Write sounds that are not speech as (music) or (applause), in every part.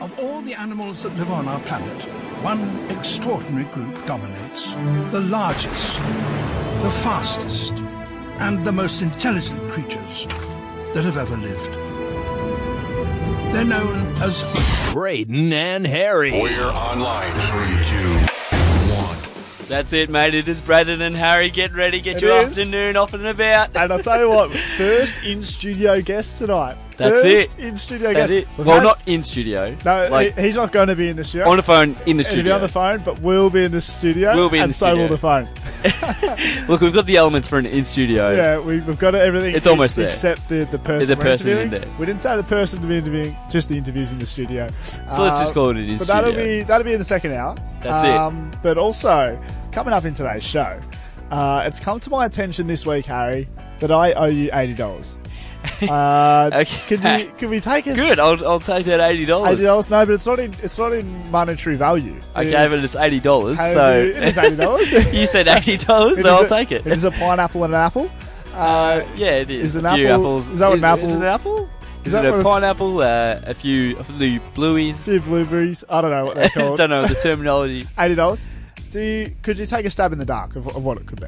Of all the animals that live on our planet, one extraordinary group dominates. The largest, the fastest, and the most intelligent creatures that have ever lived. They're known as Braden and Harry. We're online. Three, two, one. That's it, mate. It is Braden and Harry. Get ready, get It your is. afternoon off and about. And I'll tell you what, first in studio guest tonight. That's it. first In studio That's guest. it. We've Well, had- not in studio. No, like he- he's not going to be in the studio. on the phone in the He'll be studio. on the phone, but we'll be in the studio. We'll be in and the so studio. will the phone. Look, we've got the elements for an in studio. Yeah, we, we've got everything. It's almost there. except the the person. a we're person in interviewing. there. We didn't say the person to be interviewing, just the interviews in the studio. Uh, So let's just call it an in But that'll studio. be that'll be in the second hour. That's it. it. But also coming up in today's show, uh, it's come to my attention this week, Harry, that I owe you (laughs) eighty dollars. Uh, Okay. Could we could we take us Good. I'll, I'll take that eighty eighty dollars. dollars? No, but it's not in it's not in monetary value. I gave it It's- it's eighty dollars. Harry, So it (laughs) is eighty dollars. you said eighty dollars, so I'll take it. It is a pineapple and an apple. Uh, yeah, it is. is an a few apple- apples. is that what Is an apple- it an apple? Is, that it a what a- pineapple? Uh, a few a few blueies. Two blueberries. I don't know (laughs) what they're called. Don't know the terminology. Eighty dollars. Do you, could you take a stab in the dark of, of what it could be?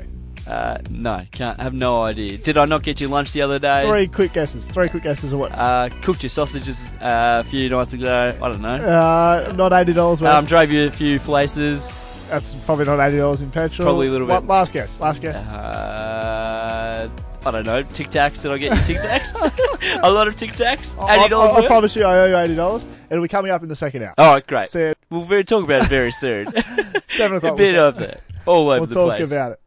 Uh, no, can't. Have no idea. Did I not get you lunch the other day? Three quick guesses. Three quick guesses of what? Uh, cooked your sausages uh, a few nights ago. I don't know. Uh, not eighty dollars worth. Um, drove you a few places. That's probably not eighty dollars in petrol. Probably a little What- bit. Last guess. Last guess. Uh, I don't know. Tic Tacs. Did I get you Tic (laughs) Tacs? a lot of Tic Tacs. I- Uh, Eighty dollars I, I, worth. Oh. promise you, I owe you eighty dollars. It'll be coming up in the second hour. All right, great. See you at We'll very- talk about it very (laughs) soon. (laughs) seven a o'clock. bit we'll of it, all over we'll the talk place. about it.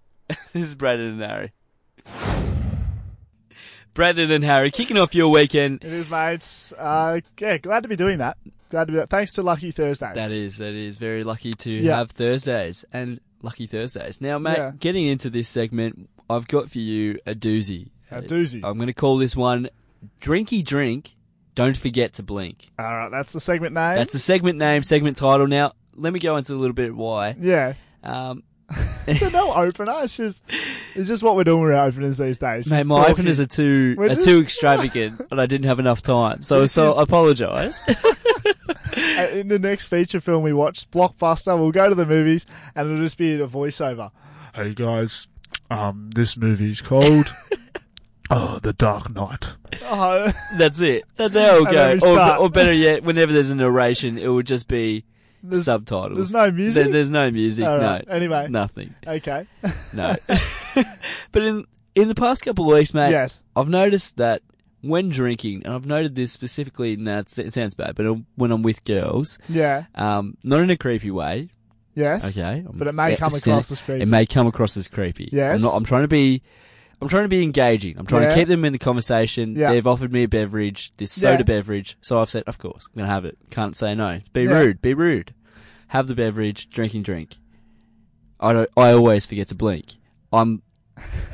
This is Brandon and Harry. Brandon and Harry kicking off your weekend. It is, mates. Uh, yeah, glad to be doing that. Glad to be. Thanks to Lucky Thursdays. That is that is very lucky to Yeah. have Thursdays and lucky Thursdays. Now, mate, Yeah. getting into this segment, I've got for you a doozy. A Uh, doozy. I'm going to call this one "Drinky Drink." Don't forget to blink. All right, that's the segment name. That's the segment name, segment title. Now, let me go into a little bit of why. yeah. Um, It's a no opener. It's just, it's just what we're doing with our openers these days. mate, Just my talking. openers are too We're are just- too extravagant, and I didn't have enough time, so This so is- I apologise. Uh, in the next feature film we watch, Blockbuster, we'll go to the movies and it'll just be a voiceover. Hey guys, um, this movie's called Oh, The Dark Knight. Oh, (laughs) That's it. That's how it'll And then we go. Or, start. or better (laughs) yet, whenever there's a narration, it will just be There's- subtitles. there's no music? There- there's no music. All no. right. Anyway. (laughs) Nothing. okay. No. but in in the past couple of weeks, mate, Yes. I've noticed that when drinking, and I've noted this specifically. Now it sounds bad, but when I'm with girls, Yeah. um, not in a creepy way. Yes. Okay. I'm But it may st- come stand- across as creepy. It may come across as creepy. Yes. I'm, not, I'm trying to be. I'm trying to be engaging. I'm trying to Yeah. keep them in the conversation. Yeah. They've offered me a beverage, this soda Yeah. beverage. So I've said, of course, I'm going to have it. Can't say no. Be Yeah. rude. Be rude. Have the beverage, drinking drink. I don't, I always forget to blink. (laughs) I'm,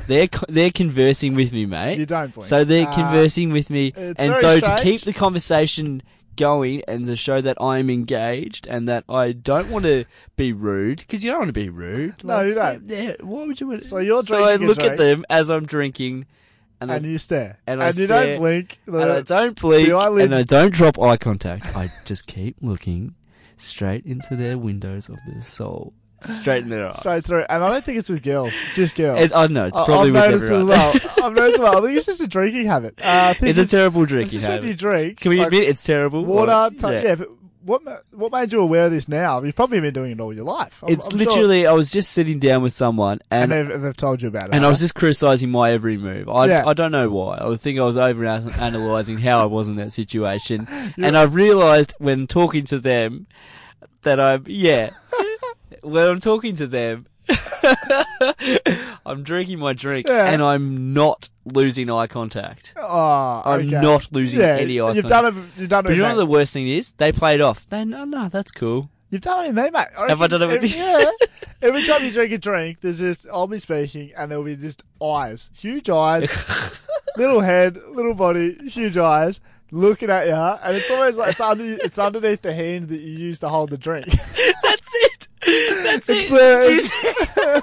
they're, co- they're conversing with me, mate. You don't blink. So they're Ah. conversing with me. It's and very so to strange. keep the conversation going and to show that I'm engaged and that I don't want to be rude because you don't want to be rude. No, you don't. Yeah, yeah, why would you want to? So you're So I drinking a look at drink. them as I'm drinking, and, And I, you stare. and I you stare, don't blink. and I don't blink, the eyelids- and I don't drop eye contact. I just keep looking straight into their windows of their soul, straight in their eyes. Straight through. And I don't think it's with girls, just girls. It- I don't know. It's I- probably I've with noticed everyone. as (laughs) well. (laughs) I've noticed as well. I think it's just a drinking habit. Uh, I think it's a terrible drink it's you just have. when you drink. Can we like, admit it's terrible? water. Like, t- yeah. but what ma- what made you aware of this now? You've probably been doing it all your life. I'm- It's I'm sure- literally, I was just sitting down with someone and and and, they've, they've told you about it. I was just criticizing my every move. I, Yeah. I don't know why. I was thinking I was over analyzing how I was in that (laughs) situation. And I realized when talking to them that I'm, (laughs) yeah, when I'm talking to them, (laughs) I'm drinking my drink Yeah. and I'm not losing eye contact. Oh, I'm okay. not losing yeah, any eye You've contact. done it. You've done it. But you know mate. what the worst thing is? They played off. They, no, no, that's cool. You've done it, with me, mate. Have I done it with every, you? (laughs) Yeah. Every time you drink a drink, there's just I'll be speaking, and there'll be just eyes, huge (laughs) eyes, little head, little body, huge eyes, looking at you, and it's always like it's under it's underneath the hand that you use to hold the drink. That's it. That's it. Juice- the-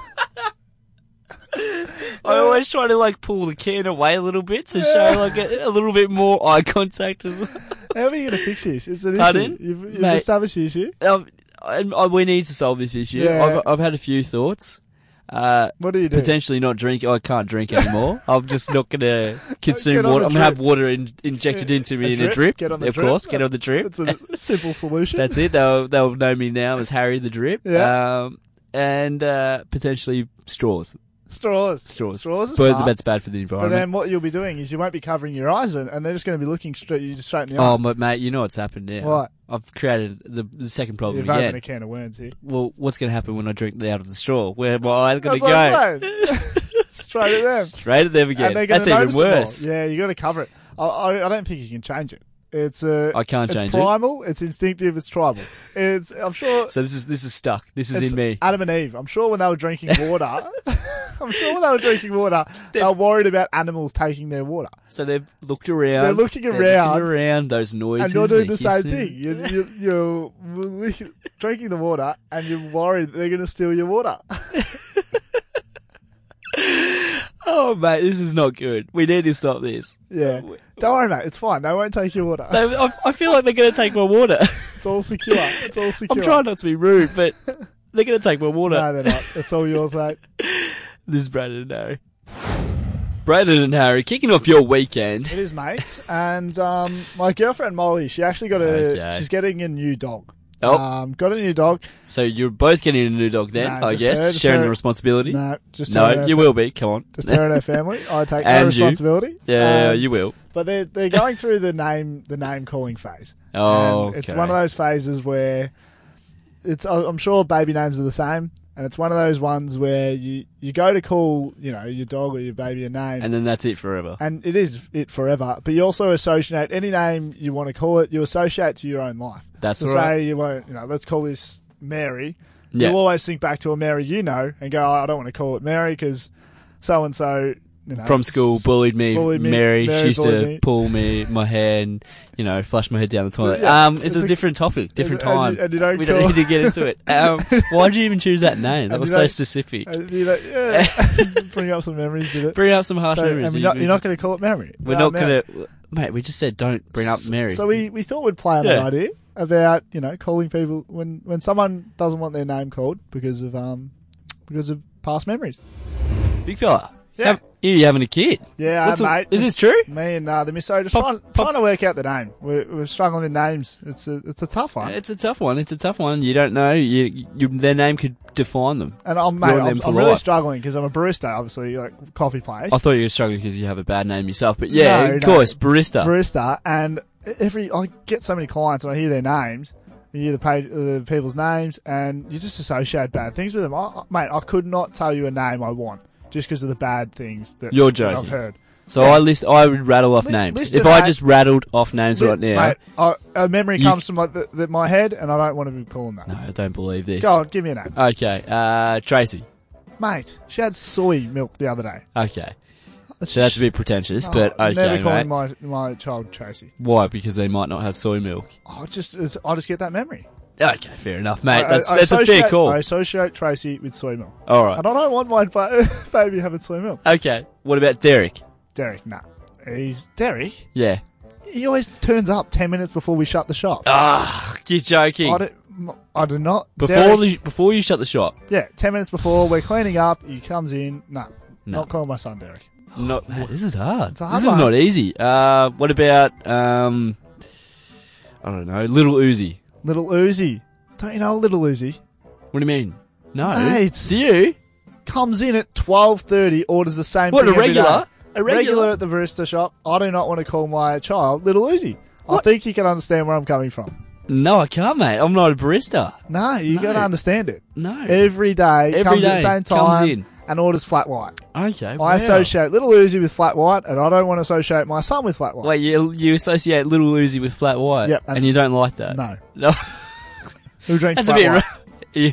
(laughs) I always (laughs) try to like pull the can away a little bit to show like a, a little bit more eye contact as well. How are you going to fix this? It's an Pardon? issue. You've, you've Mate. established the issue. Um, and, uh, we need to solve this issue. Yeah. I've, I've had a few thoughts. Uh, What do you do? potentially not drink. I can't drink (laughs) anymore. I'm just not gonna consume Get on water. the I'm gonna have drip. water in, injected into me A in drip. a drip. Get on the of drip. course, get on the drip. It's a simple (laughs) solution. That's it. They'll they'll know me now as Harry the Drip. Yeah. Um, and uh, potentially straws. straws. Straws. Straws are But smart. that's bad for the But environment. then what you'll be doing is you won't be covering your eyes, and, and they're just going to be looking straight you just straight in the Oh, eye. but mate, you know what's happened now. What? I've created the, the second problem You've again. opened a can of worms here. Well, what's going to happen when I drink the out of the straw? Where are my eyes going That's to what go? I'm saying. (laughs) straight at them. Straight at them again. and they're going That's to even notice it more. worse. Yeah, you got to cover it. I, I, I don't think you can change it. It's uh, I can't it's change it. primal, It's instinctive. It's tribal. It's I'm sure. So this is this is stuck. This is it's in me. Adam and Eve. I'm sure when they (laughs) were drinking water, (laughs) I'm sure when they were drinking water, they were worried about animals taking their water. So they've looked around. They're looking around. looking around those noises. And you're doing the they're same hissing. thing. You, you, you're (laughs) lick- drinking the water, and you're worried that they're going to steal your water. (laughs) Oh mate, this is not good. We need to stop this. Yeah, don't worry, mate. It's fine. They won't take (laughs) your water. They- I, I feel like they're going to take my water. (laughs) It's all secure. It's all secure. I'm trying not to be rude, but they're going to take my water. No, they're not. It's all (laughs) yours, mate. This is Brandon and Harry. Brandon and Harry kicking off your weekend. It is, mate. And um, my girlfriend Molly, she actually got a. Okay. She's getting a new dog. Oh. Um, got a new dog. So you're both getting a new dog then, No, I just guess, her, just sharing her. the responsibility. No, just her and No, her you fa- will be. Come on. Just her and her family. I take no And you. responsibility. Yeah, Um, you will. But they're they're going through the name the name calling phase. (laughs) Oh, And it's okay. one of those phases where it's I- I'm sure baby names are the same, and it's one of those ones where you you go to call you know your dog or your baby a name, And then that's it forever. and it is it forever. But you also associate any name you want to call it. You associate to your own life. That's so all right. Say you won't, you know, let's call this Mary. Yeah. You'll always think back to a Mary you know and go, oh, I don't want to call it Mary because so and so From school, bullied me. bullied me, Mary, Mary she used to bullied me. pull me, my hair, and, you know, flush my head down the toilet. Yeah. um, it's, It's a a- different topic, different and you- time. and you don't we don't call- need to get (laughs) into it. Um, why did you even choose that name? That And was you so don't- specific. Uh, you know, (laughs) yeah. (laughs) bring up some memories, did it? Bring up some harsh So, memories. and we're You- not, you you're not just- going to call it Mary. We're Uh, not Mary. going to. Mate, we just said don't bring up Mary. So we, we thought we'd play on Yeah. an idea about you know calling people when, when someone doesn't want their name called because of um because of past memories. Big fella. Yeah. Have- you having a kid? Yeah, What's uh, a- mate. Is this true? Me and uh, the miso just Pop- trying, pop- trying to work out the name. We're, we're struggling with names. It's a it's a tough one. It's a tough one. It's a tough one. You don't know. You, you their name could define them. and I'm mate, you're them I'm, for I'm really life. struggling because I'm a barista, obviously, like coffee place I thought you were struggling because you have a bad name yourself, but yeah, No, of no. course, barista. barista. And every I get so many clients and I hear their names. You hear the, page, the people's names, and you just associate bad things with them. I, I- mate, I could not tell you a name I want just because of the bad things that You're that I've joking. heard. so I list. I would rattle off Li- names. list If of I na- just rattled off names right now, Mate, I, a memory You- comes from like the, the, my head, and I don't want to be calling that. no, I don't believe this. Go on, give me a name. Okay, uh, Tracy. Mate, she had soy milk the other day. Okay, so that's a bit pretentious, but Oh, okay, never calling mate. my my child Tracy. Why? Because they might not have soy milk. Oh, it's just it's, I just get that memory. Okay, fair enough, mate. I- That's I- I that's a fair associate- call. I associate Tracy with soy milk. All And right. I don't want my ba- (laughs) baby having soy milk. Okay. What about Derek? Derek, nah, he's Derek. Yeah. He always turns up ten minutes before we shut the shop. Ah, you're joking. I do, m- I do not. Before Oh, Derek- the, before you shut the shop, yeah, ten minutes before we're cleaning up, he comes in. Nah, No. not calling my son Derek. Not man, this is hard. Oh, It's a hard this is one. not easy. Uh, what about um, I don't know, little Uzi. Little Uzi, don't you know Little Uzi? What do you mean? No, Mate. do you? comes in at twelve thirty, orders the same. What, thing a regular? every day. A regular? at the barista shop. I do not want to call my child little Uzi. I What? think you can understand where I'm coming from. No, I can't, mate. I'm not a barista. No, you No. got to understand it. No. Every day Every comes at the day, same time comes in. and orders flat white. okay. I associate little Uzi with flat white, and I don't want to associate my son with flat white. Wait, you you associate little Uzi with flat white? Yep, And, and- you don't like that? No. No. Who drinks That's a flat bit. white?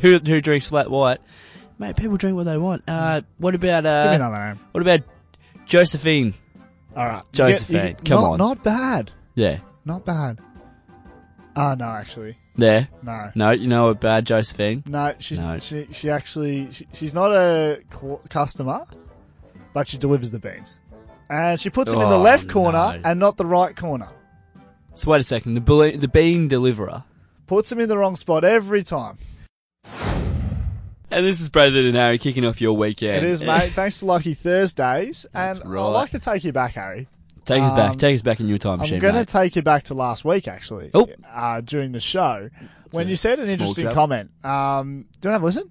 (laughs) Who, who drinks flat white? Mate, people drink what they want. Uh, what about Give me uh, another name. what about Josephine? All right, You get- Josephine, you get- come not- on. Not bad. Yeah. Not bad. Ah, no, actually, There. no. No, you know a bad Josephine. No, she's, No. she she actually she, she's not a cl- customer, but she delivers the beans, and she puts them in the Oh, left corner no. and not the right corner. So wait a second. The bal- the bean deliverer, Puts them in the wrong spot every time. and this is Brandon and Harry kicking off your weekend. It is, mate. Thanks to Lucky Thursdays. And That's I'd right. like to take you back, Harry. (laughs) take us Um, back. Take us back in your time I'm machine, going to mate. take you back to last week, actually, Oh. uh, during the show, when a you said an small interesting jab. comment. Um, do you want to have a listen?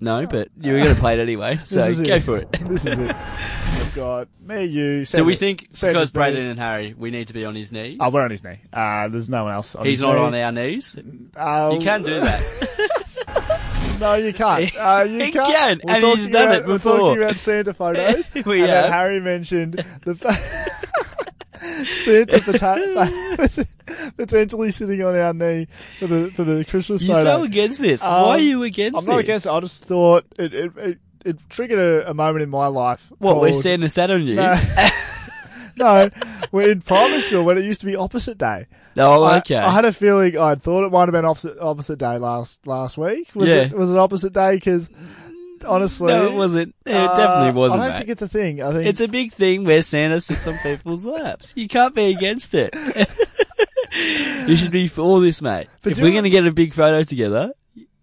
no, but you were going to play it (laughs) anyway. So uh, is go for it. This is it. I've got me, you, Do we think Sam because is there. Brandon and Harry, we need to be on his knees? Oh, we're on his knee. Uh, there's no one else. On He's his not on knee. our knees. Uh, You can (laughs) do that. No, you (laughs) can't. Uh, you He can't. can, We're and talking he's done about- it We're before. talking about (laughs) Santa photos. We and then have. Harry mentioned the fact (laughs) Santa pota- (laughs) (laughs) potentially sitting on our knee for the for the Christmas You're photo. so against this. Um, Why are you against I'm not this? against it. I just thought it it, it, it triggered a, a moment in my life. What, we're called- saying this out on you? No. (laughs) no, we're in primary school when it used to be opposite day. (laughs) Oh, I- okay. I, had a feeling I thought it might have been opposite opposite day last last week. Was Yeah. it was it opposite day? Because honestly, no, it wasn't. It uh, definitely I wasn't, don't mate. think it's a thing. I think It's a big thing where Santa sits on people's laps. You can't be against it. (laughs) you should be for all this, mate. But if do we're you- going to get a big photo together,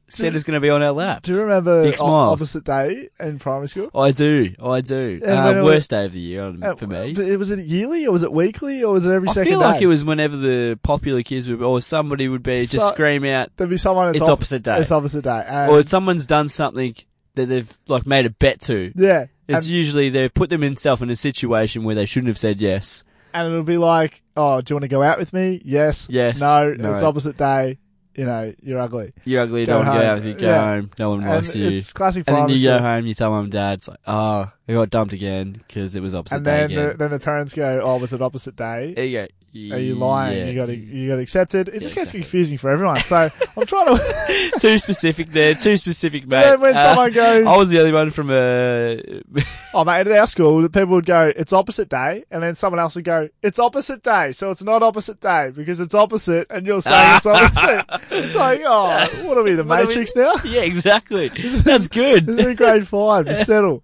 Santa's going to be on our laps. do you remember Big o- smiles. opposite day in primary school? I do. I do. And then it Uh, was- worst day of the year um, Uh, for me. but it- was it yearly or was it weekly or was it every I second feel day? like it was whenever the popular kids would, or somebody would be just So- scream out, There'd be someone. It's opposite day. It's opposite day. And, or someone's done something that they've like made a bet to. yeah, It's and, usually they put themselves in a situation where they shouldn't have said yes. and it'll be like, oh, do you want to go out with me? Yes. Yes. No. No. It's opposite day. You know, you're ugly. You're ugly, you Go don't want to go home. out with you, go Yeah. home, no one And likes you. it's classic And then primary you school. go home, you tell mum and dad, it's like, oh, I got dumped again because it was opposite and day then again. the, then the parents go, "Oh, was it opposite day? there you go. Are you lying? Yeah. (laughs) You got to you got to accept it." It just gets exactly. confusing for everyone. (laughs) So I'm trying to. (laughs) too specific there, too specific, mate. then when Uh, someone goes, I was the only one from uh, a. "Oh, mate, at our school, the people would go, it's opposite day," and then someone else would go, "It's opposite day," so it's not opposite day because it's opposite, and you're (laughs) saying it's opposite. It's like, oh, what are we, the What are we- Matrix now? (laughs) (laughs) yeah, exactly. That's This is (laughs) good. in grade five. Just settle.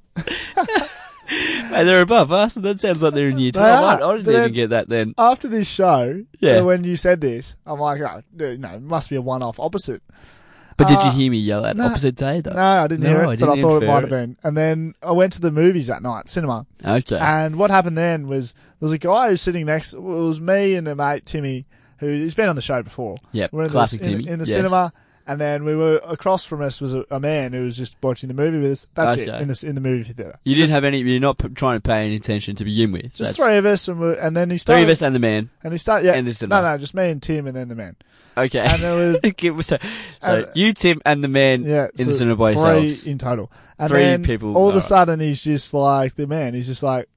and they're above us, and that sounds like they're in year 12. I, I are, didn't but even then- get that then. After this show, Yeah. uh, when you said this, I'm like, oh, dude, no, it must be a one-off opposite. But did you uh, hear me yell at no, opposite day, though? No, I didn't No, hear it, I but I didn't thought it infer might have it. been. And then I went to the movies that night, cinema. Okay. And what happened then was there was a guy who's sitting next. It was me and a mate, Timmy, who's been on the show before. Yep, We're in the- classic in- Timmy, in the yes. cinema. And then we were across from us was a, a man who was just watching the movie with us. That's it Okay. in the in the movie theater. you didn't have any, you're not p- trying to pay any attention to begin with. Just That's- three of us, and, we and then he started. three of us and the man. and he started. Yeah, and the no, cinema. no, just me and Tim, and then the man. Okay. And there was (laughs) Okay, so, so And- you, Tim, and the man yeah, in the so cinema by three yourselves. in total. And Three then people, All of a alright. sudden, he's just like the man. He's just like.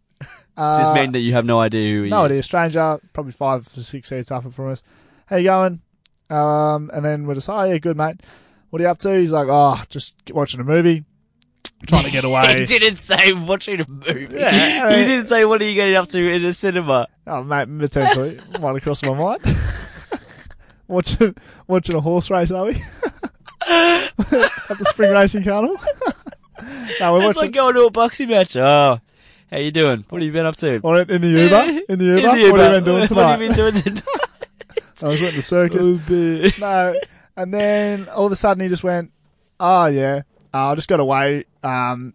Uh, this man that you have no idea who he No, is. (laughs) it is. Stranger, probably five or six seats up from us. How you going? Um, and then we're just, oh, yeah, good, mate. What are you up to? He's like, oh, just watching a movie. Trying (laughs) to get He away. didn't say watching a movie. Yeah, (laughs) he I- didn't say what are you getting up to in a cinema. oh, mate, potentially. Might have crossed my mind. (laughs) watching, watching a horse race, are we? (laughs) At the Spring Racing Carnival? (laughs) no, we're It's watching. like going to a boxing match. Oh, how you doing? What have you been up to? or in the Uber? In the (laughs) Uber? In the What have you Uber. been doing What tonight? have you been doing tonight? I was at the Oh, circus. no. And then all of a sudden he just went, oh, yeah, uh, I just got away. Um,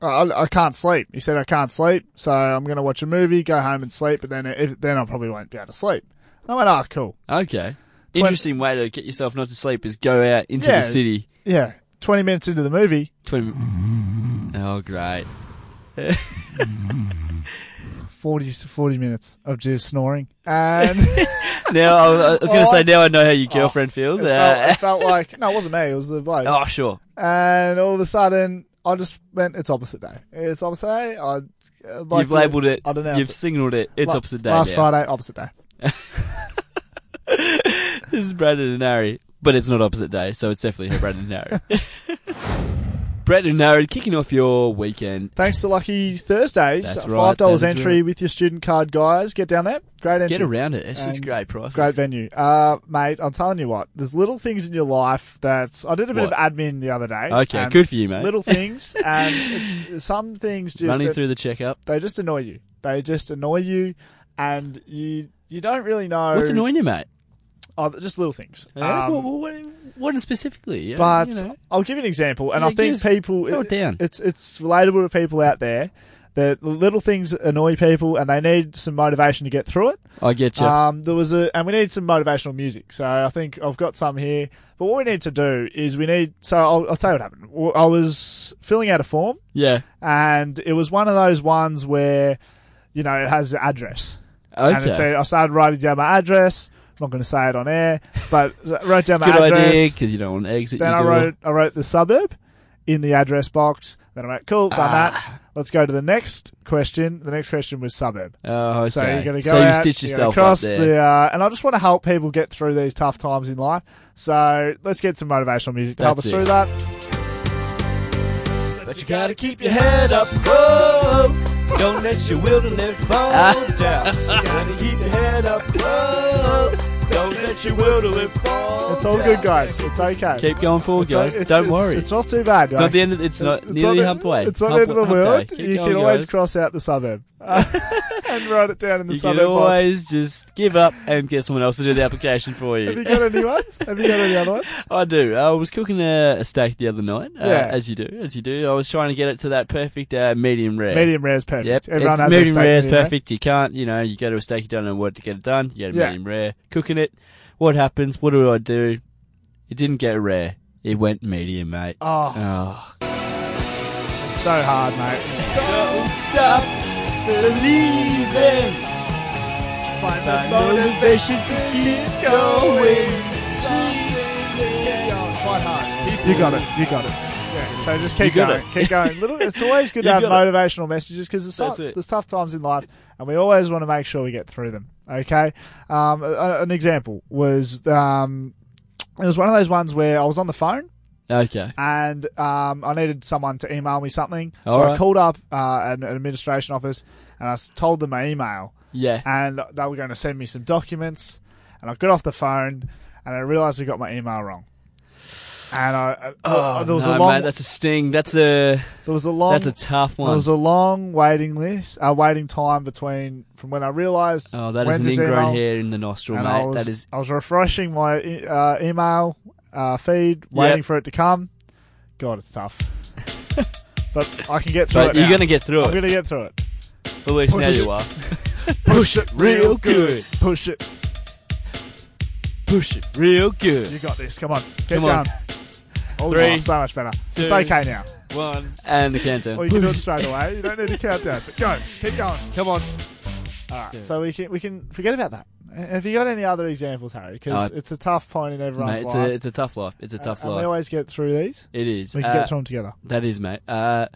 I, I can't sleep. He said, I can't sleep. So I'm going to watch a movie, go home and sleep. But then if, then I probably won't be able to sleep. And I went, oh, cool. (laughs) (laughs) okay. Interesting way to get yourself not to sleep is go out into Yeah. the city. Yeah. 20 minutes into the movie, 20 Oh, great. 40 to 40 minutes of just snoring. (laughs) And it, Now, I was, I was going Oh, to I- say, now I know how your girlfriend feels. felt, Uh, it felt like, no, it wasn't me. It was the bloke. (laughs) oh, sure. And all of a sudden I just went, it's opposite day. It's opposite day. I, uh, like You've labelled it. I don't know. You've signaled it. It's opposite day. Last now. Friday, opposite day. (laughs) This is Brandon and Harry, but it's not opposite day, so it's definitely her Brandon and Harry. (laughs) Brandon and Harry kicking off your weekend. Thanks to Lucky Thursdays, That's five right, dollars that is entry right. with your student card, guys. Get down there. Great entry. Get around it. It's just And great prices. Great venue, uh, mate. I'm telling you what, there's little things in your life that I did a bit What? of admin the other day. Okay, and good for you, mate. (laughs) Little things, and it- some things just Running through the checkup. they just annoy you. They just annoy you, and you you don't really know. What's annoying you, mate? Oh, just little things. Yeah? Um, what, what, what specifically? Yeah, but you know. I'll give you an example, and Yeah, I give think us- people throw it down. It's it's relatable to people out there that little things annoy people, and they need some motivation to get through it. I get you. Um, there was a, and we need some motivational music. So I think I've got some here. But what we need to do is we need. So I'll, I'll tell you what happened. W- I was filling out a form, yeah. and it was one of those ones where, you know, it has the address, and Okay. it said I started writing down my address. I'm not going to say it on air, but I wrote down my Good idea, 'cause address. idea because you don't want to exit. Then your I door. wrote I wrote the suburb in the address box. Then I went, cool, Ah. done that. Let's go to the next question. The next question was suburb. Oh, okay. So you're going to go So you out, stitch you're gonna yourself up cross there. The, uh, and I just want to help people get through these tough times in life. So let's get some motivational music to help us That's it. through that. But you gotta keep your head up, whoa. Don't let your wilderness fall down. You gotta keep your head up, whoa. Don't let your wilderness fall It's all good, guys. It's okay. Keep going forward, It's o- guys. it's- Don't it's- worry. It's, not too bad. It's not the end. Of, it's not nearly hump way. It's not the Hump- end of the hump day. world. Keep You going, can always guys. cross out (laughs) the suburb (laughs) Uh, and write it down in the You can suburb box. always just give up and get someone else to do the application for Have you you. got any ones? Have you got any other ones? (laughs) I do. Uh, I was cooking a, a steak the other night, uh, Yeah. as you do, as you do. I was trying to get it to that perfect uh, medium rare. Medium rare is perfect. Yep, Everyone it's has their medium steak rare is medium perfect. You can't, you know, you go to a steak, you don't know what to get it done. You go to Yeah. medium rare, cooking it. What happens? What do I do? It didn't get rare. It went medium, mate. Oh. Oh. It's so hard, mate. Don't stop believing. Find Find motivation to keep going. Quite hard. You got it. You got it. Yeah, so just keep You got going. it. Keep going. (laughs) Little, it's always good to You have got it. motivational messages because there's, That's tough- it. there's tough times in life, and we always want to make sure we get through them. Okay. Um, a- a- an example was um, it was one of those ones where I was on the phone Okay. and um, I needed someone to email me something. So All I right. called up uh, an, an administration office and I s- told them my email, Yeah. and they were going to send me some documents. And I got off the phone and I realised I got my email wrong. And I, I- Oh, there was no, a long, mate, that's a sting. That's a there was a long, that's a tough there one. was a long waiting list, uh, waiting time between from when I realised. oh, that is when's an this ingrown email, hair in the nostril, and I mate. was, that is. I was refreshing my e- uh, email uh, feed, waiting for it to come. God, (laughs) it's tough. but I can get through But it. you're now. gonna get through I'm it. gonna get through it. At least now push it. you are. Push it real good. Push it. Push it real good. You got this. Come on. Get Come on. down. Oh, Three, God, so much better. two, it's okay now. One and the countdown. Or Oh, you (laughs) can do it straight away. You don't need to count down. But go. Keep going. Come on. All right. So we can we can forget about that. Have you got any other examples, Harry? Uh, Because it's a tough point in everyone's Mate, it's a life. Uh, it's a tough life. It's a tough and we life. always get through these. it is. We can Uh, get through them together. That is, mate. Uh,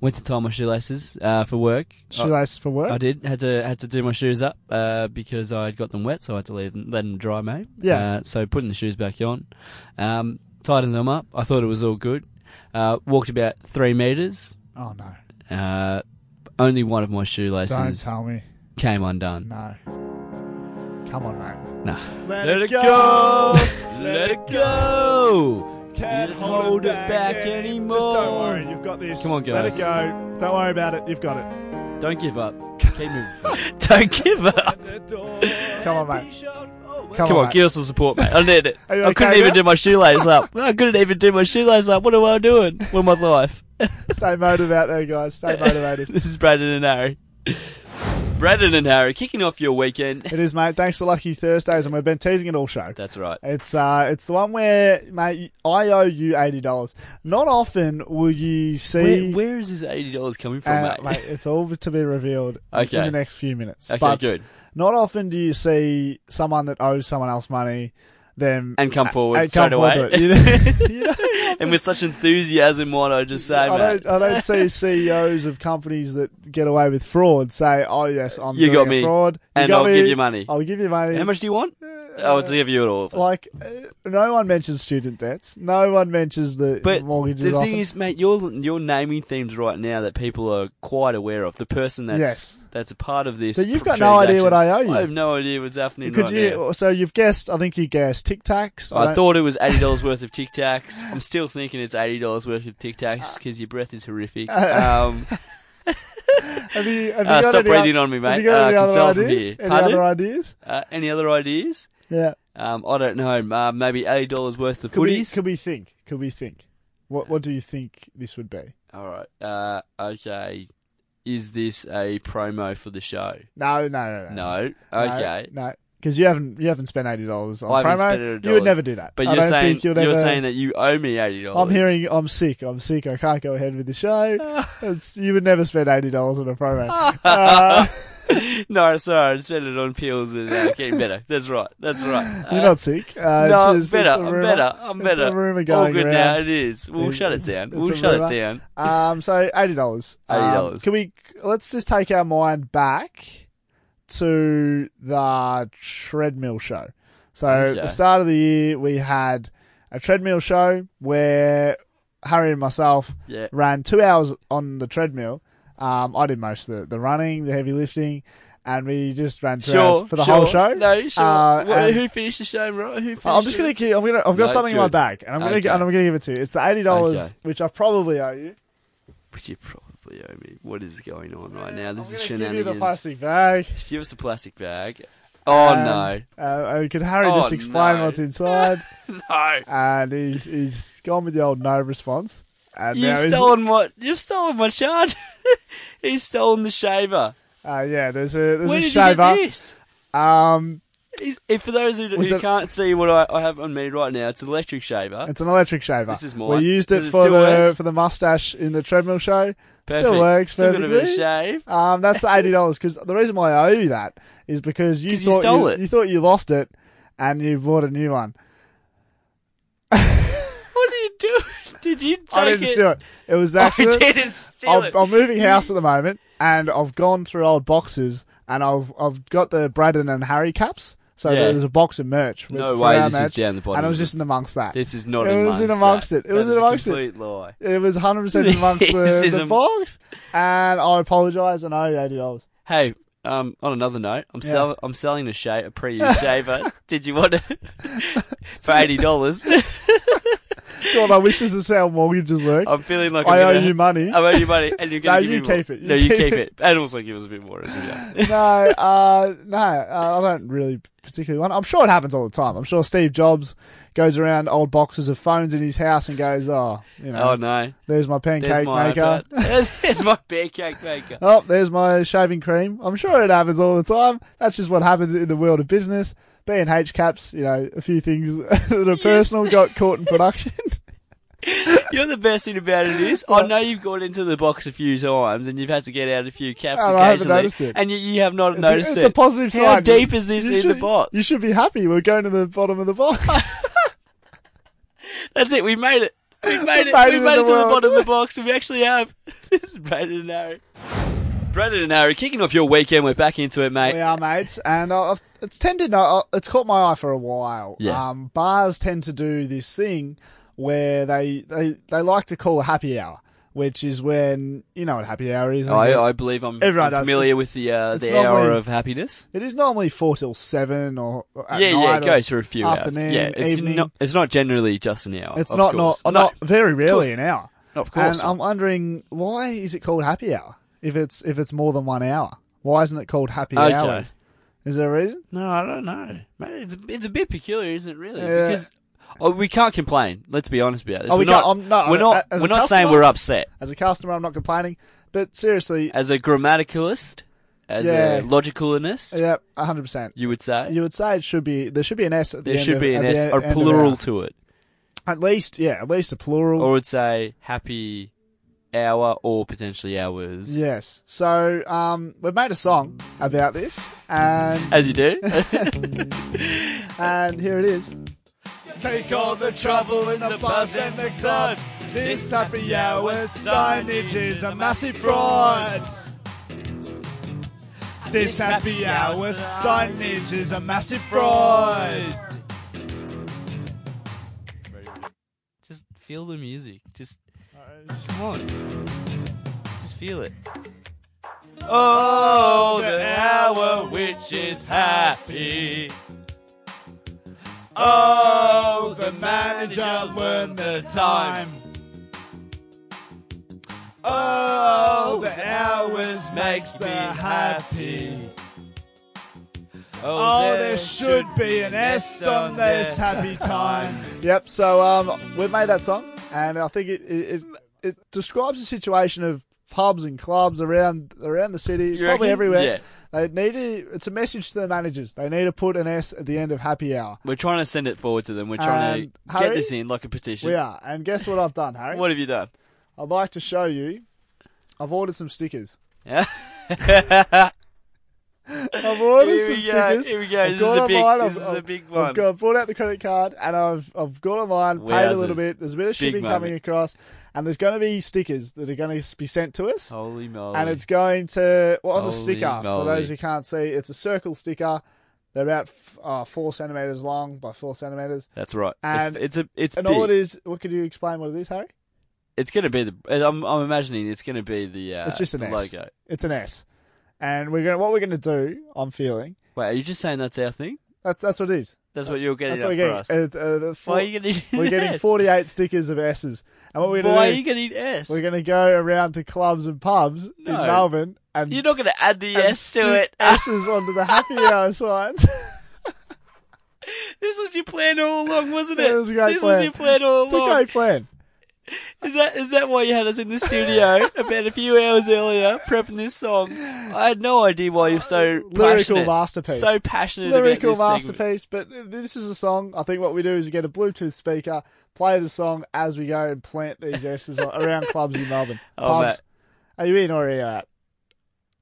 went to tie my shoelaces uh, for work. I, Shoelace for work. I did. Had to had to do my shoes up uh, because I had got them wet, so I had to leave them, let them dry, mate. Yeah. Uh, so putting the shoes back on, um, tightened them up. I thought it was all good. Uh, walked about three meters. Oh no! Uh, only one of my Don't shoelaces tell me. came undone. No. Come on, mate. Nah. Let, Let it go. Can't Can't hold it back anymore. Just don't worry. You've got this. Come on, guys. Let it go. Don't worry about it. You've got it. Don't give (laughs) up. Keep moving. Don't give up. Come on, mate. Come, Come on, mate. give us some support, mate. I need it. Are you I couldn't okay even now? do my shoelace (laughs) up. I couldn't even do my shoelace up. What am I doing with my life? (laughs) Stay motivated out there, guys. Stay motivated. This is Braden and Harry. (laughs) Braden and Harry, kicking off your weekend. (laughs) it is, mate. Thanks to Lucky Thursdays, and we've been teasing it all show. That's right. It's uh, it's the one where, mate, I owe you eighty dollars. Not often will you Where, see. where is this eighty dollars coming from, uh, mate? mate, it's all to be revealed Okay. in the next few minutes. Okay, but good. Not often do you see someone that owes someone else money, them (laughs) And come forward and straight away. Uh, forward. (laughs) (laughs) You know- you know, and with such enthusiasm, what I just say, I mate. don't, I don't see CEOs of companies that get away with fraud say, "Oh yes, I'm You doing got a me. fraud, You And got I'll me. give you money. I'll give you money." How much do you want? Uh, oh, it's to give you it all. Like, uh, no one mentions student debts. No one mentions the But mortgages. the thing often. is, mate, you're you're naming themes right now that people are quite aware of. The person that's Yes. that's a part of this. So you've pr- got no idea transaction. what I owe you. I have no idea what's happening could right you? now. So you've guessed. I think you guessed Tic Tacs. I don't- thought it was eighty dollars worth of Tic Tacs. Uh. I'm (laughs) still thinking it's eighty dollars worth of Tic Tacs because your breath is horrific. Um, Have you, have you Uh, got stop any breathing oth- on me, mate. Have you got Uh, any I can other sell from ideas? here. Any Pardon? other ideas? Uh, any other ideas? Yeah. Um, I don't know. Uh, maybe eighty dollars worth of Could we, footies. could we think? Could we think? What What do you think this would be? All right. Uh, okay. Is this a promo for the show? No, no, no, no. No. Uh, No, Okay. No, because you haven't you haven't spent eighty dollars on I haven't promo. spent $80. You would never do that. But I you're don't saying think you're you'll ever- saying that you owe me eighty dollars. I'm hearing I'm sick. I'm sick. I can't go ahead with the show. It's- you would never spend eighty dollars on a promo. (laughs) Uh, (laughs) no, sorry, I spent it on pills and uh, getting better. That's right. That's (laughs) right. you're Uh, not sick. Uh, no, it's I'm just- better. it's a I'm rumour. better. I'm It's a better. rumour All going good now. around. It is. We'll It- shut it down. it's We'll a shut rumour. it down. Um, so eighty dollars. Um, $80. can we? Let's just take our mind back to the treadmill show. So at Okay. the start of the year, we had a treadmill show where Harry and myself Yeah. ran two hours on the treadmill. Um, I did most of the, the running, the heavy lifting, and we just ran two Sure. hours for the sure. whole show. No, sure. Uh, What- and- who finished the show, bro? Who finished I'm just it? gonna keep. I'm gonna. I've got No, something in my good. bag, and I'm gonna. Okay. And I'm gonna give it to you. It's the eighty dollars, Okay. which I probably owe you. Which you probably owe me. What is going on right now? This I'm is gonna give you shenanigans. the plastic bag. Give us the plastic bag. Oh Um, no, Uh, and can Harry Oh, just explain no. what's inside? (laughs) no! and he's he's gone with the old no response. And now You've he's- stolen what? You've stolen my charger. (laughs) He's stolen the shaver. Uh, yeah, there's a there's Where a did shaver. you get this? Um, Is- If for those who, Was who it- can't see what I, I have on me right now, it's an electric shaver. it's an electric shaver. This is We mine. used Does it it for the still work? for the mustache in the treadmill show. Perfect. Still works Still got a perfectly. bit of shave. Um, that's the eighty dollars because the reason why I owe you that is because you 'Cause you thought stole it. you thought you lost it, and you bought a new one. What are you doing? (laughs) Did you take I didn't it? (laughs) steal it. It was an I accident. didn't steal I'm, it. (laughs) I'm moving house at the moment, and I've gone through old boxes, and I've I've got the Braden and Harry caps. So Yeah. there's a box of merch. With, No for way our this is merch, down the bottom And I of was it. just in amongst that. This is not It amongst was in amongst that. it. It was That is in a amongst it. complete lie. It was 100% in (laughs) amongst This the, is the a- box, and I apologise, and I owe you $80. Hey, um, on another note, I'm Yeah. sell- I'm selling a sha- a (laughs) pre-used shaver. Did you want it (laughs) for eighty dollars? God, I wish this is how mortgages work. I'm feeling like I I'm owe gonna- you money. I owe you money, and you're (laughs) No, gonna give you me more. keep it. You no, you keep keep it. it. And also give us a bit more. (laughs) Yeah. no, uh, no, uh, I don't really particularly want. I'm sure it happens all the time. I'm sure Steve Jobs goes around old boxes of phones in his house and goes, "Oh, you know, oh no, there's my pancake there's my maker. iPad. (laughs) There's, there's my pancake maker. Oh, there's my shaving cream." I'm sure it happens all the time. That's just what happens in the world of business. B and H caps, you know, a few things (laughs) that are personal got caught in production. You're the best thing about it is I know you've gone into the box a few times and you've had to get out a few caps And Oh, I haven't occasionally, noticed it. and you, you have not It's a- noticed it's it. a positive How sign. deep is this You in the should- box? You should be happy. We're going to the bottom of the box. That's it. We made it. We (laughs) made it. made we it made it to in the the world. bottom of the box. We actually have. (laughs) This is Brandon and Harry. Brandon and Harry, kicking off your weekend. We're back into it, mate. We are mates, and uh, I've, it's tended. I- It's caught my eye for a while. Yeah. Um, bars tend to do this thing where they they they like to call a happy hour, which is when you know what happy hour is. I, I believe I'm, Everyone I'm does. familiar It's- with the uh, it's the not hour really- of happiness. it is normally four till seven or or at yeah, yeah, night it or goes for a few afternoon, hours. Yeah, it's evening. not it's not generally just an hour. It's of not course. not, no, not very course. rarely an hour. of course. And I'm wondering why is it called happy hour if it's if it's more than one hour? Why isn't it called happy Okay. hours? Is there a reason? no, I don't know. Mate, it's it's a bit peculiar, isn't it? Really, Yeah. because oh, we can't complain. Let's be honest about this. Oh, we're we not. can't- I'm- no, we're not. as a We're not saying customer- we're upset. As a customer, I'm not complaining, but seriously, As a grammaticalist, as Yeah. a logicalist, yeah, hundred percent. you would say you would say it should be there should be an s at the there end should of- be an at the s e- or end of plural hour. to it, at least yeah at least a plural or would say happy hour or potentially hours. yes so um we've made a song about this and As you do. (laughs) and here it is Take all the trouble and the buzz and the clubs. This happy hour signage is a massive fraud. fraud. this happy hour signage is a massive Just feel the music. Just come on. Just feel it. Oh, the hour which is happy. Oh, the manager learned the time. Oh, the flowers makes me happy. (laughs) Oh, there should be an S on this happy time. Yep. So um, we've made that song, and I think it it, it, it describes the situation of pubs and clubs around around the city, You probably reckon? everywhere. Yeah. They need to, it's a message to the managers. They need to put an S at the end of happy hour. We're trying to send it forward to them. We're trying And to Harry? get this in like a petition. We are, and guess what I've done, Harry? What have you done? I'd like to show you. I've ordered some stickers. (laughs) Yeah. I've ordered Here some we go, stickers. here we go. I've This gone is a big- online, this I've- is a I've- big I've one. got, brought out the credit card and I've I've gone online, paid a little Wowzers. bit. There's a bit of shipping moment. coming across, and there's going to be stickers that are going to be sent to us. Holy moly. and it's going to well, on the Holy sticker for moly. those who can't see. It's a circle sticker. They're about f- uh, four centimeters long by four centimeters. That's right. and- it's, it's a it's And big. all it is, what could you explain what it is, Harry? It's going to be the. I'm, I'm imagining it's going to be the. Uh, It's just an the S. logo. It's an S. And we're going to what we're going to do. I'm feeling Wait, are you just saying that's our thing? that's that's what it is. That's what you're getting That's up what for we're us. getting. Uh, uh, the four- Why are you going to? (laughs) we're getting 48 stickers of S's, and what we're going Why to are do? you going to S? We're going to go around to clubs and pubs in No. Melbourne, and You're not going to add the and S to stick it. S's onto the happy hour signs. (laughs) (laughs) this was your plan all along, wasn't it? It was a great this plan. was your plan all it's a along. great plan. Is that is that why you had us in the (laughs) studio about a few hours earlier prepping this song? I had no idea why you're so Lyrical passionate, masterpiece. So passionate lyrical about this segment. masterpiece, but this is a song. I think what we do is we get a Bluetooth speaker, play the song as we go, and plant these S's (laughs) on- around clubs in Melbourne. Oh, Pubs. mate. Are you in or are you out?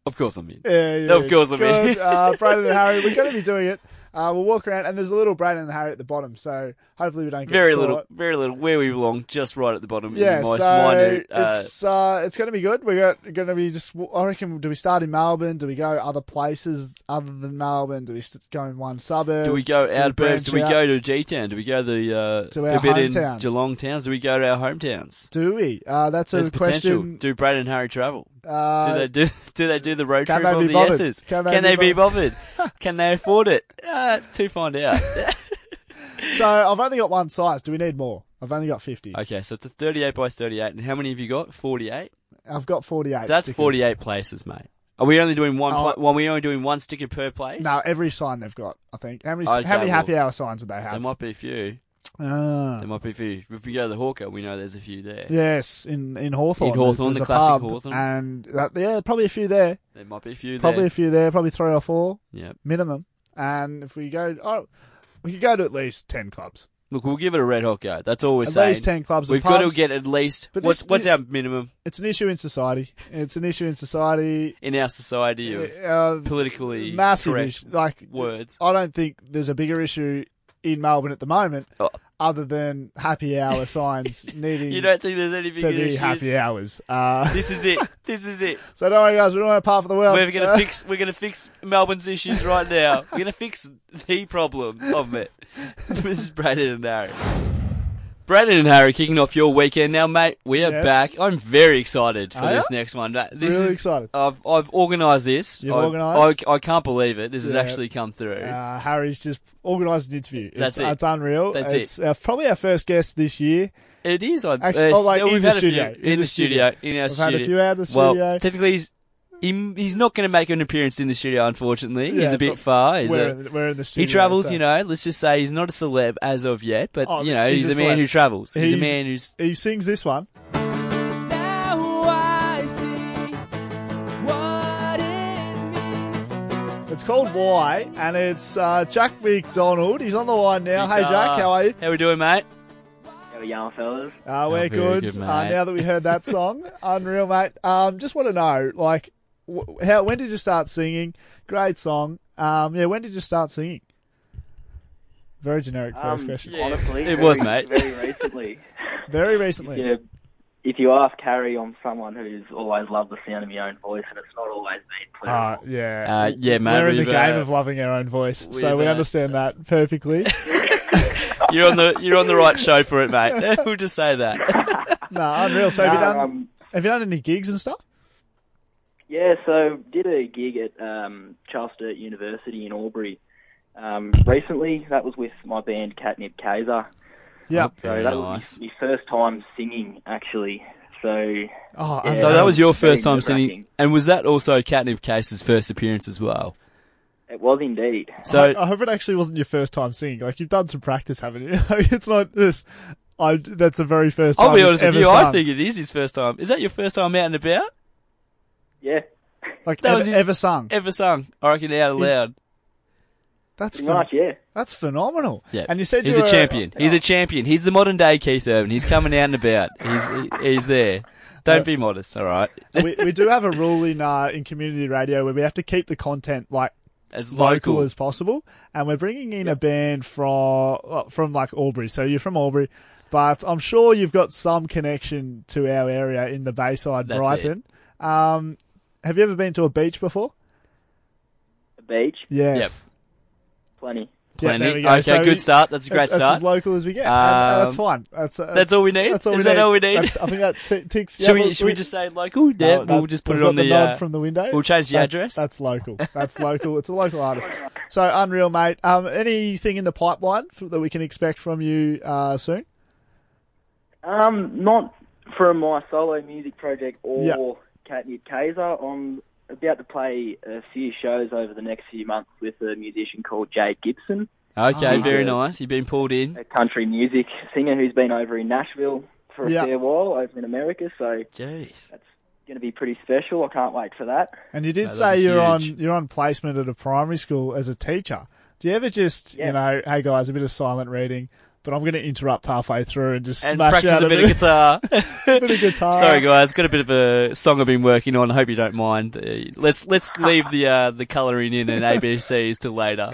Of course, I'm in. Yeah, you're Of in. course I'm in. (laughs) Good. Uh, Brandon and Harry, we're going to be doing it. Uh, we'll walk around, and there's a little Brandon and Harry at the bottom, so hopefully we don't get Very caught. little, very little. Where we belong, just right at the bottom. Yeah, in the most so minute, uh, it's uh, it's going to be good. We're going to be just. I reckon. Do we start in Melbourne? Do we go other places other than Melbourne? Do we st- go in one suburb? Do we go we outbursts? Do we branch go to G Town? Do we go the uh, To the our bit in hometowns. Geelong towns? Do we go to our hometowns? Do we? Uh, that's a There's potential. question. Do Brad and Harry travel? Uh, do they do? (laughs) Do they do the road Can trip they on be the bothered? S's? Can they be they be bothered? (laughs) Can they afford it? Uh, to find out. (laughs) so I've only got one size. Do we need more? I've only got fifty. okay, so it's a 38 by 38, and how many have you got? 48. I've got forty-eight. So that's stickers. 48 places, mate. Are we only doing one? Oh. Pla- well, we only doing one sticker per place. No, every sign they've got. I think. How many? Okay, how many well, happy hour signs would they there have? might be a few. Ah. There might be a few. If we go to the Hawker, we know there's a few there. yes, in in Hawthorne. In Hawthorne, there's the a classic pub, Hawthorne. and that, yeah, probably a few there. There might be a few Probably there. a few there. Probably three or four Yep. minimum. And if we go, oh, we could go to at least ten clubs. Look, we'll give it a red hot go. That's all we're At saying. least 10 clubs and We've got pubs. to get at least. But what's this- what's this- our minimum It's an issue in society. It's an issue in society. in our society of Uh, politically massive correct issue. Like words? I don't think there's a bigger issue in Melbourne at the moment, Oh. other than happy (laughs) hour signs needing You don't think there's any to bigger be issues? happy hours. Uh, (laughs) This is it. This is it. so don't worry, guys. We're not a part of the world. We're Uh, gonna fix. We're gonna fix Melbourne's issues right now. We're gonna fix the problem of it. (laughs) this is Brandon and Harry. Brandon and Harry kicking off your weekend now, mate. We are Yes. back. I'm very excited for Are this ya? next one. That- This Really is, excited. I've I've organised this. You've I- organised? I, I can't believe it. This has Yeah. actually come through. Uh, Harry's just organised an interview. It's, That's it. It's unreal. That's it. it's Uh, probably our first guest this year. It is. I, Actually- uh, oh, like, so in we've the had a few- studio, in the studio, in our We've had studio. a few out of the studio. Well, typically he's he, he's not going to make an appearance in the studio. Unfortunately, Yeah, he's a but bit far. He's We're, a- in, the- we're in the studio. he travels. so- You know, let's just say he's not a celeb as of yet, but Oh, you know, he's he's, a a, man celeb. who travels. He's, a He's- man who's. He sings this one. Now I see what it means. It's called Why, and it's uh, Jack McDonald. He's on the line now. Hey, Jack, how are you? Ah, How we doing, mate? How we going, fellas? Uh, we're Oh, very good. good, uh, mate. now that we (laughs) heard that song, unreal, mate. Um, just want to know, like, w- how when did you start singing? Great song. Um, yeah, when did you start singing? Very generic first Um, question. yeah. Honestly, It very- was, mate. Very recently. (laughs) Very recently. yeah. If you ask Harry, I'm someone who's always loved the sound of my own voice, and it's not always been clear. Uh, yeah. Uh, yeah, mate. We're in the we've, game uh, of loving our own voice, so we we've, uh, understand that perfectly. (laughs) You're on the you're on the right show for it, mate. (laughs) we'll just say that. no, Uh, unreal. So have you No, done? um, have you done any gigs and stuff? yeah, so did a gig at um, Charles Sturt University in Albury um, recently. That was with my band Catnip Kaiser. Yeah. So Very that nice. was my first time singing, actually, So Oh, Yeah. I- So that was your Very first time nerve-wracking. seeing, and was that also Catnip Case's first appearance as well? it was indeed. So I hope it actually wasn't your first time singing. Like you've done some practice, haven't you? (laughs) Like, it's not this. I. That's the very first. Time I'll be you've honest with ever you, I sung. think it is his first time. Is that your first time out and about? Yeah, like that ever, was his- ever sung. Ever sung? I reckon out loud. that's pretty phen- much. Yeah, that's phenomenal. Yeah. And you said he's you a were- uh, oh. champion. he's a champion. He's the modern day Keith Urban. He's coming out and about. He's he- he's there. Don't be modest. All right. (laughs) we, we do have a rule in uh, in community radio where we have to keep the content like As local, local, as possible, and we're bringing in a band from well, from like Albury. So you're from Albury, but I'm sure you've got some connection to our area in the Bayside, That's Brighton. Um, have you ever been to a beach before? the beach, Yes. plenty. Yeah, plenty. there we go. Okay, So good it- start. That's a great that's start. as local as we get. and, uh, that's Um, fine. That's uh, that's all we need? That's all Is we that need. all we need? That's- I think that t- ticks. yeah, should we, should we just say local? no, Yeah, we'll that- just put we've it on got the, nod uh, from the window. We'll change the That- address. (laughs) That's local. That's local. It's a local artist. So unreal, mate. Um, anything in the pipeline f- that we can expect from you uh, soon? Um, not from my solo music project or Yeah. Catnip Kaiser. I'm about to play a few shows over the next few months with a musician called Jade Gibson, okay, Oh, very yeah. nice. You've been pulled in. a country music singer who's been over in Nashville for a Yeah. fair while, over in America. So Jeez. that's going to be pretty special. I can't wait for that. And you did that'd say be you're on huge. you're on placement at a primary school as a teacher. Do you ever just Yeah. you know, hey guys, a bit of silent reading, but I'm going to interrupt halfway through and just And smash practice out a bit of (laughs) guitar. (laughs) bit of guitar. Sorry, guys, got a bit of a song I've been working on. I hope you don't mind. Uh, let's let's leave the uh, the colouring in and ABCs till later.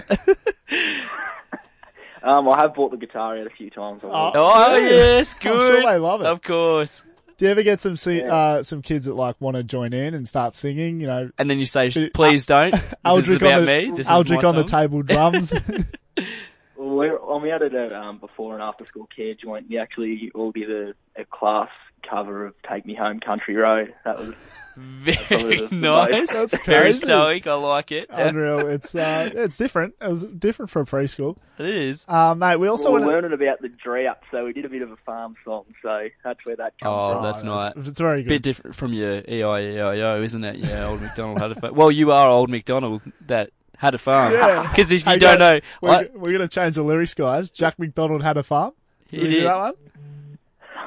Um, I have bought the guitar out a few times. I will. oh (laughs) yes, good. sure they love it. Of course. Do you ever get some si- uh, some kids that like want to join in and start singing? You know, And then you say, "Please don't." This is Aldrich about on the, me. This Aldrich is my on the song. table (laughs) drums. Oh. Well, we're, I'm out at a um, before and after school care joint. We actually all did a, a class cover of Take Me Home Country Road. That was probably (laughs) Very (laughs) the- the nice. most. That's Very crazy. stoic. I like it. Unreal. It's uh, it's different. It was different from preschool, it is. uh, mate. We also we were want. learning about the drought, so we did a bit of a farm song. So that's where that comes Oh, from. that's nice. It's, it's very Bit good. different from your E EIEIO, isn't it? Yeah, old McDonald had a farm. Well, you are old McDonald that had a farm. (laughs) Yeah. Because if you Hey, don't know, guys, we're, I- we're gonna change the lyrics, guys. Jack McDonald had a farm. he Did we do did. that one?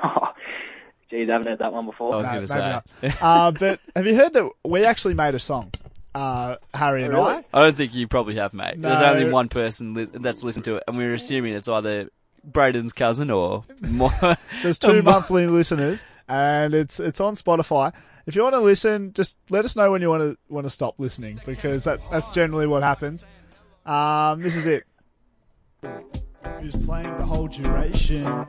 (laughs) Geez, I haven't heard that one before. I was No, going to maybe say. not. uh, but have you heard that we actually made a song, uh, Harry and Really? I? I don't think you probably have, mate. There's No. only one person li- that's listened to it, and we're assuming it's either Braden's cousin or. (laughs) Mo- There's (laughs) two Mo- monthly listeners, and it's it's on Spotify. If you want to listen, just let us know when you want to want to stop listening because that, that's generally what happens. Um, this is it. Who's playing the whole duration?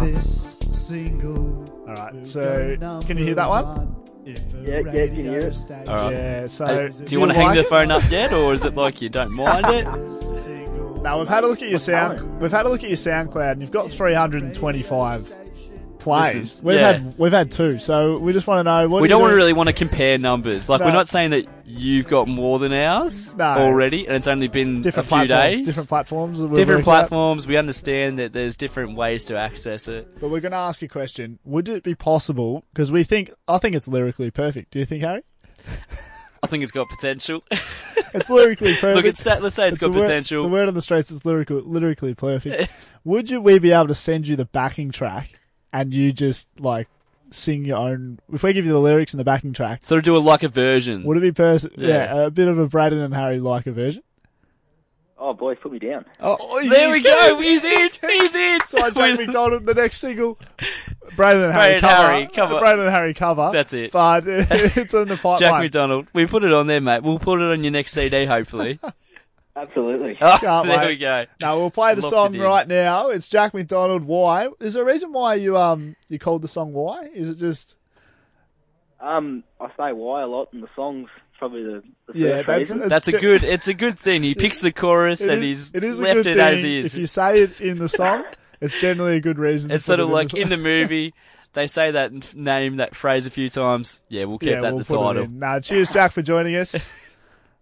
This single. All right, so can you hear that one? Yeah, yeah, you can hear it. Alright. Yeah. So Hey, do you, want to hang like the it? phone up yet, or is it like you (laughs) don't mind it? Now we've had a look at your sound. We've had a look at your SoundCloud, and you've got 325 plays. Listens, we've yeah. had we've had two, so we just want to know. What We do you don't want to do- really want to compare numbers. Like No. we're not saying that you've got more than ours No. already, and it's only been different a few platforms, days. different platforms, that we've Different worked out. platforms. We understand that there's different ways to access it. But we're going to ask a question. Would it be possible? Because we think, I think it's lyrically perfect. Do you think, Harry? I think it's got (laughs) potential. It's lyrically (laughs) perfect. Look, it's, let's say it's got the word- potential. the word on the streets is lyrical, lyrically perfect. (laughs) Would you we be able to send you the backing track and you just like sing your own? If we give you the lyrics and the backing track, sort of do a like a version. would it be pers- yeah. Yeah. a bit of a Braden and Harry like a version? Oh, boys, put me down. oh, there we go. He's in. He's in. (laughs) So Jack With- McDonald, the next single, Braden and Harry Braden cover, Harry cover. Braden and Harry cover. That's it. (laughs) But (laughs) it's in the pipeline. Jack McDonald. We put it on there, mate. We'll put it on your next CD, hopefully. Absolutely. Oh, (laughs) (laughs) Can't there wait. we go. Now we'll play the Locked song it in. right now. It's Jack McDonald. Why? Is there a reason why you um you called the song Why? Is it just Um, I say why a lot, and the song's probably the, the yeah? first That's, reason. That's a ju- good. It's a good thing. He picks the chorus it and is- he's it is a left good it thing as is. If you say it in the (laughs) song, it's generally a good reason. to It's sort put of it like the in the song. (laughs) movie, they say that n- name, that phrase a few times. Yeah, we'll keep yeah. that we'll the put it title. in. Nah, cheers, Jack, for joining (laughs) us.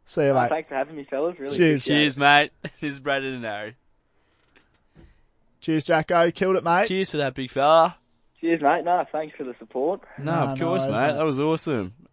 See you, mate. Thanks for having me, fellas. Really Cheers. appreciate it. Cheers, mate. (laughs) This is Brad and Harry. Cheers, Jacko. Killed it, mate. Cheers for that big fella. Cheers, mate. No, thanks for the support. No, Nah, of no course, worries, mate. mate. That was awesome.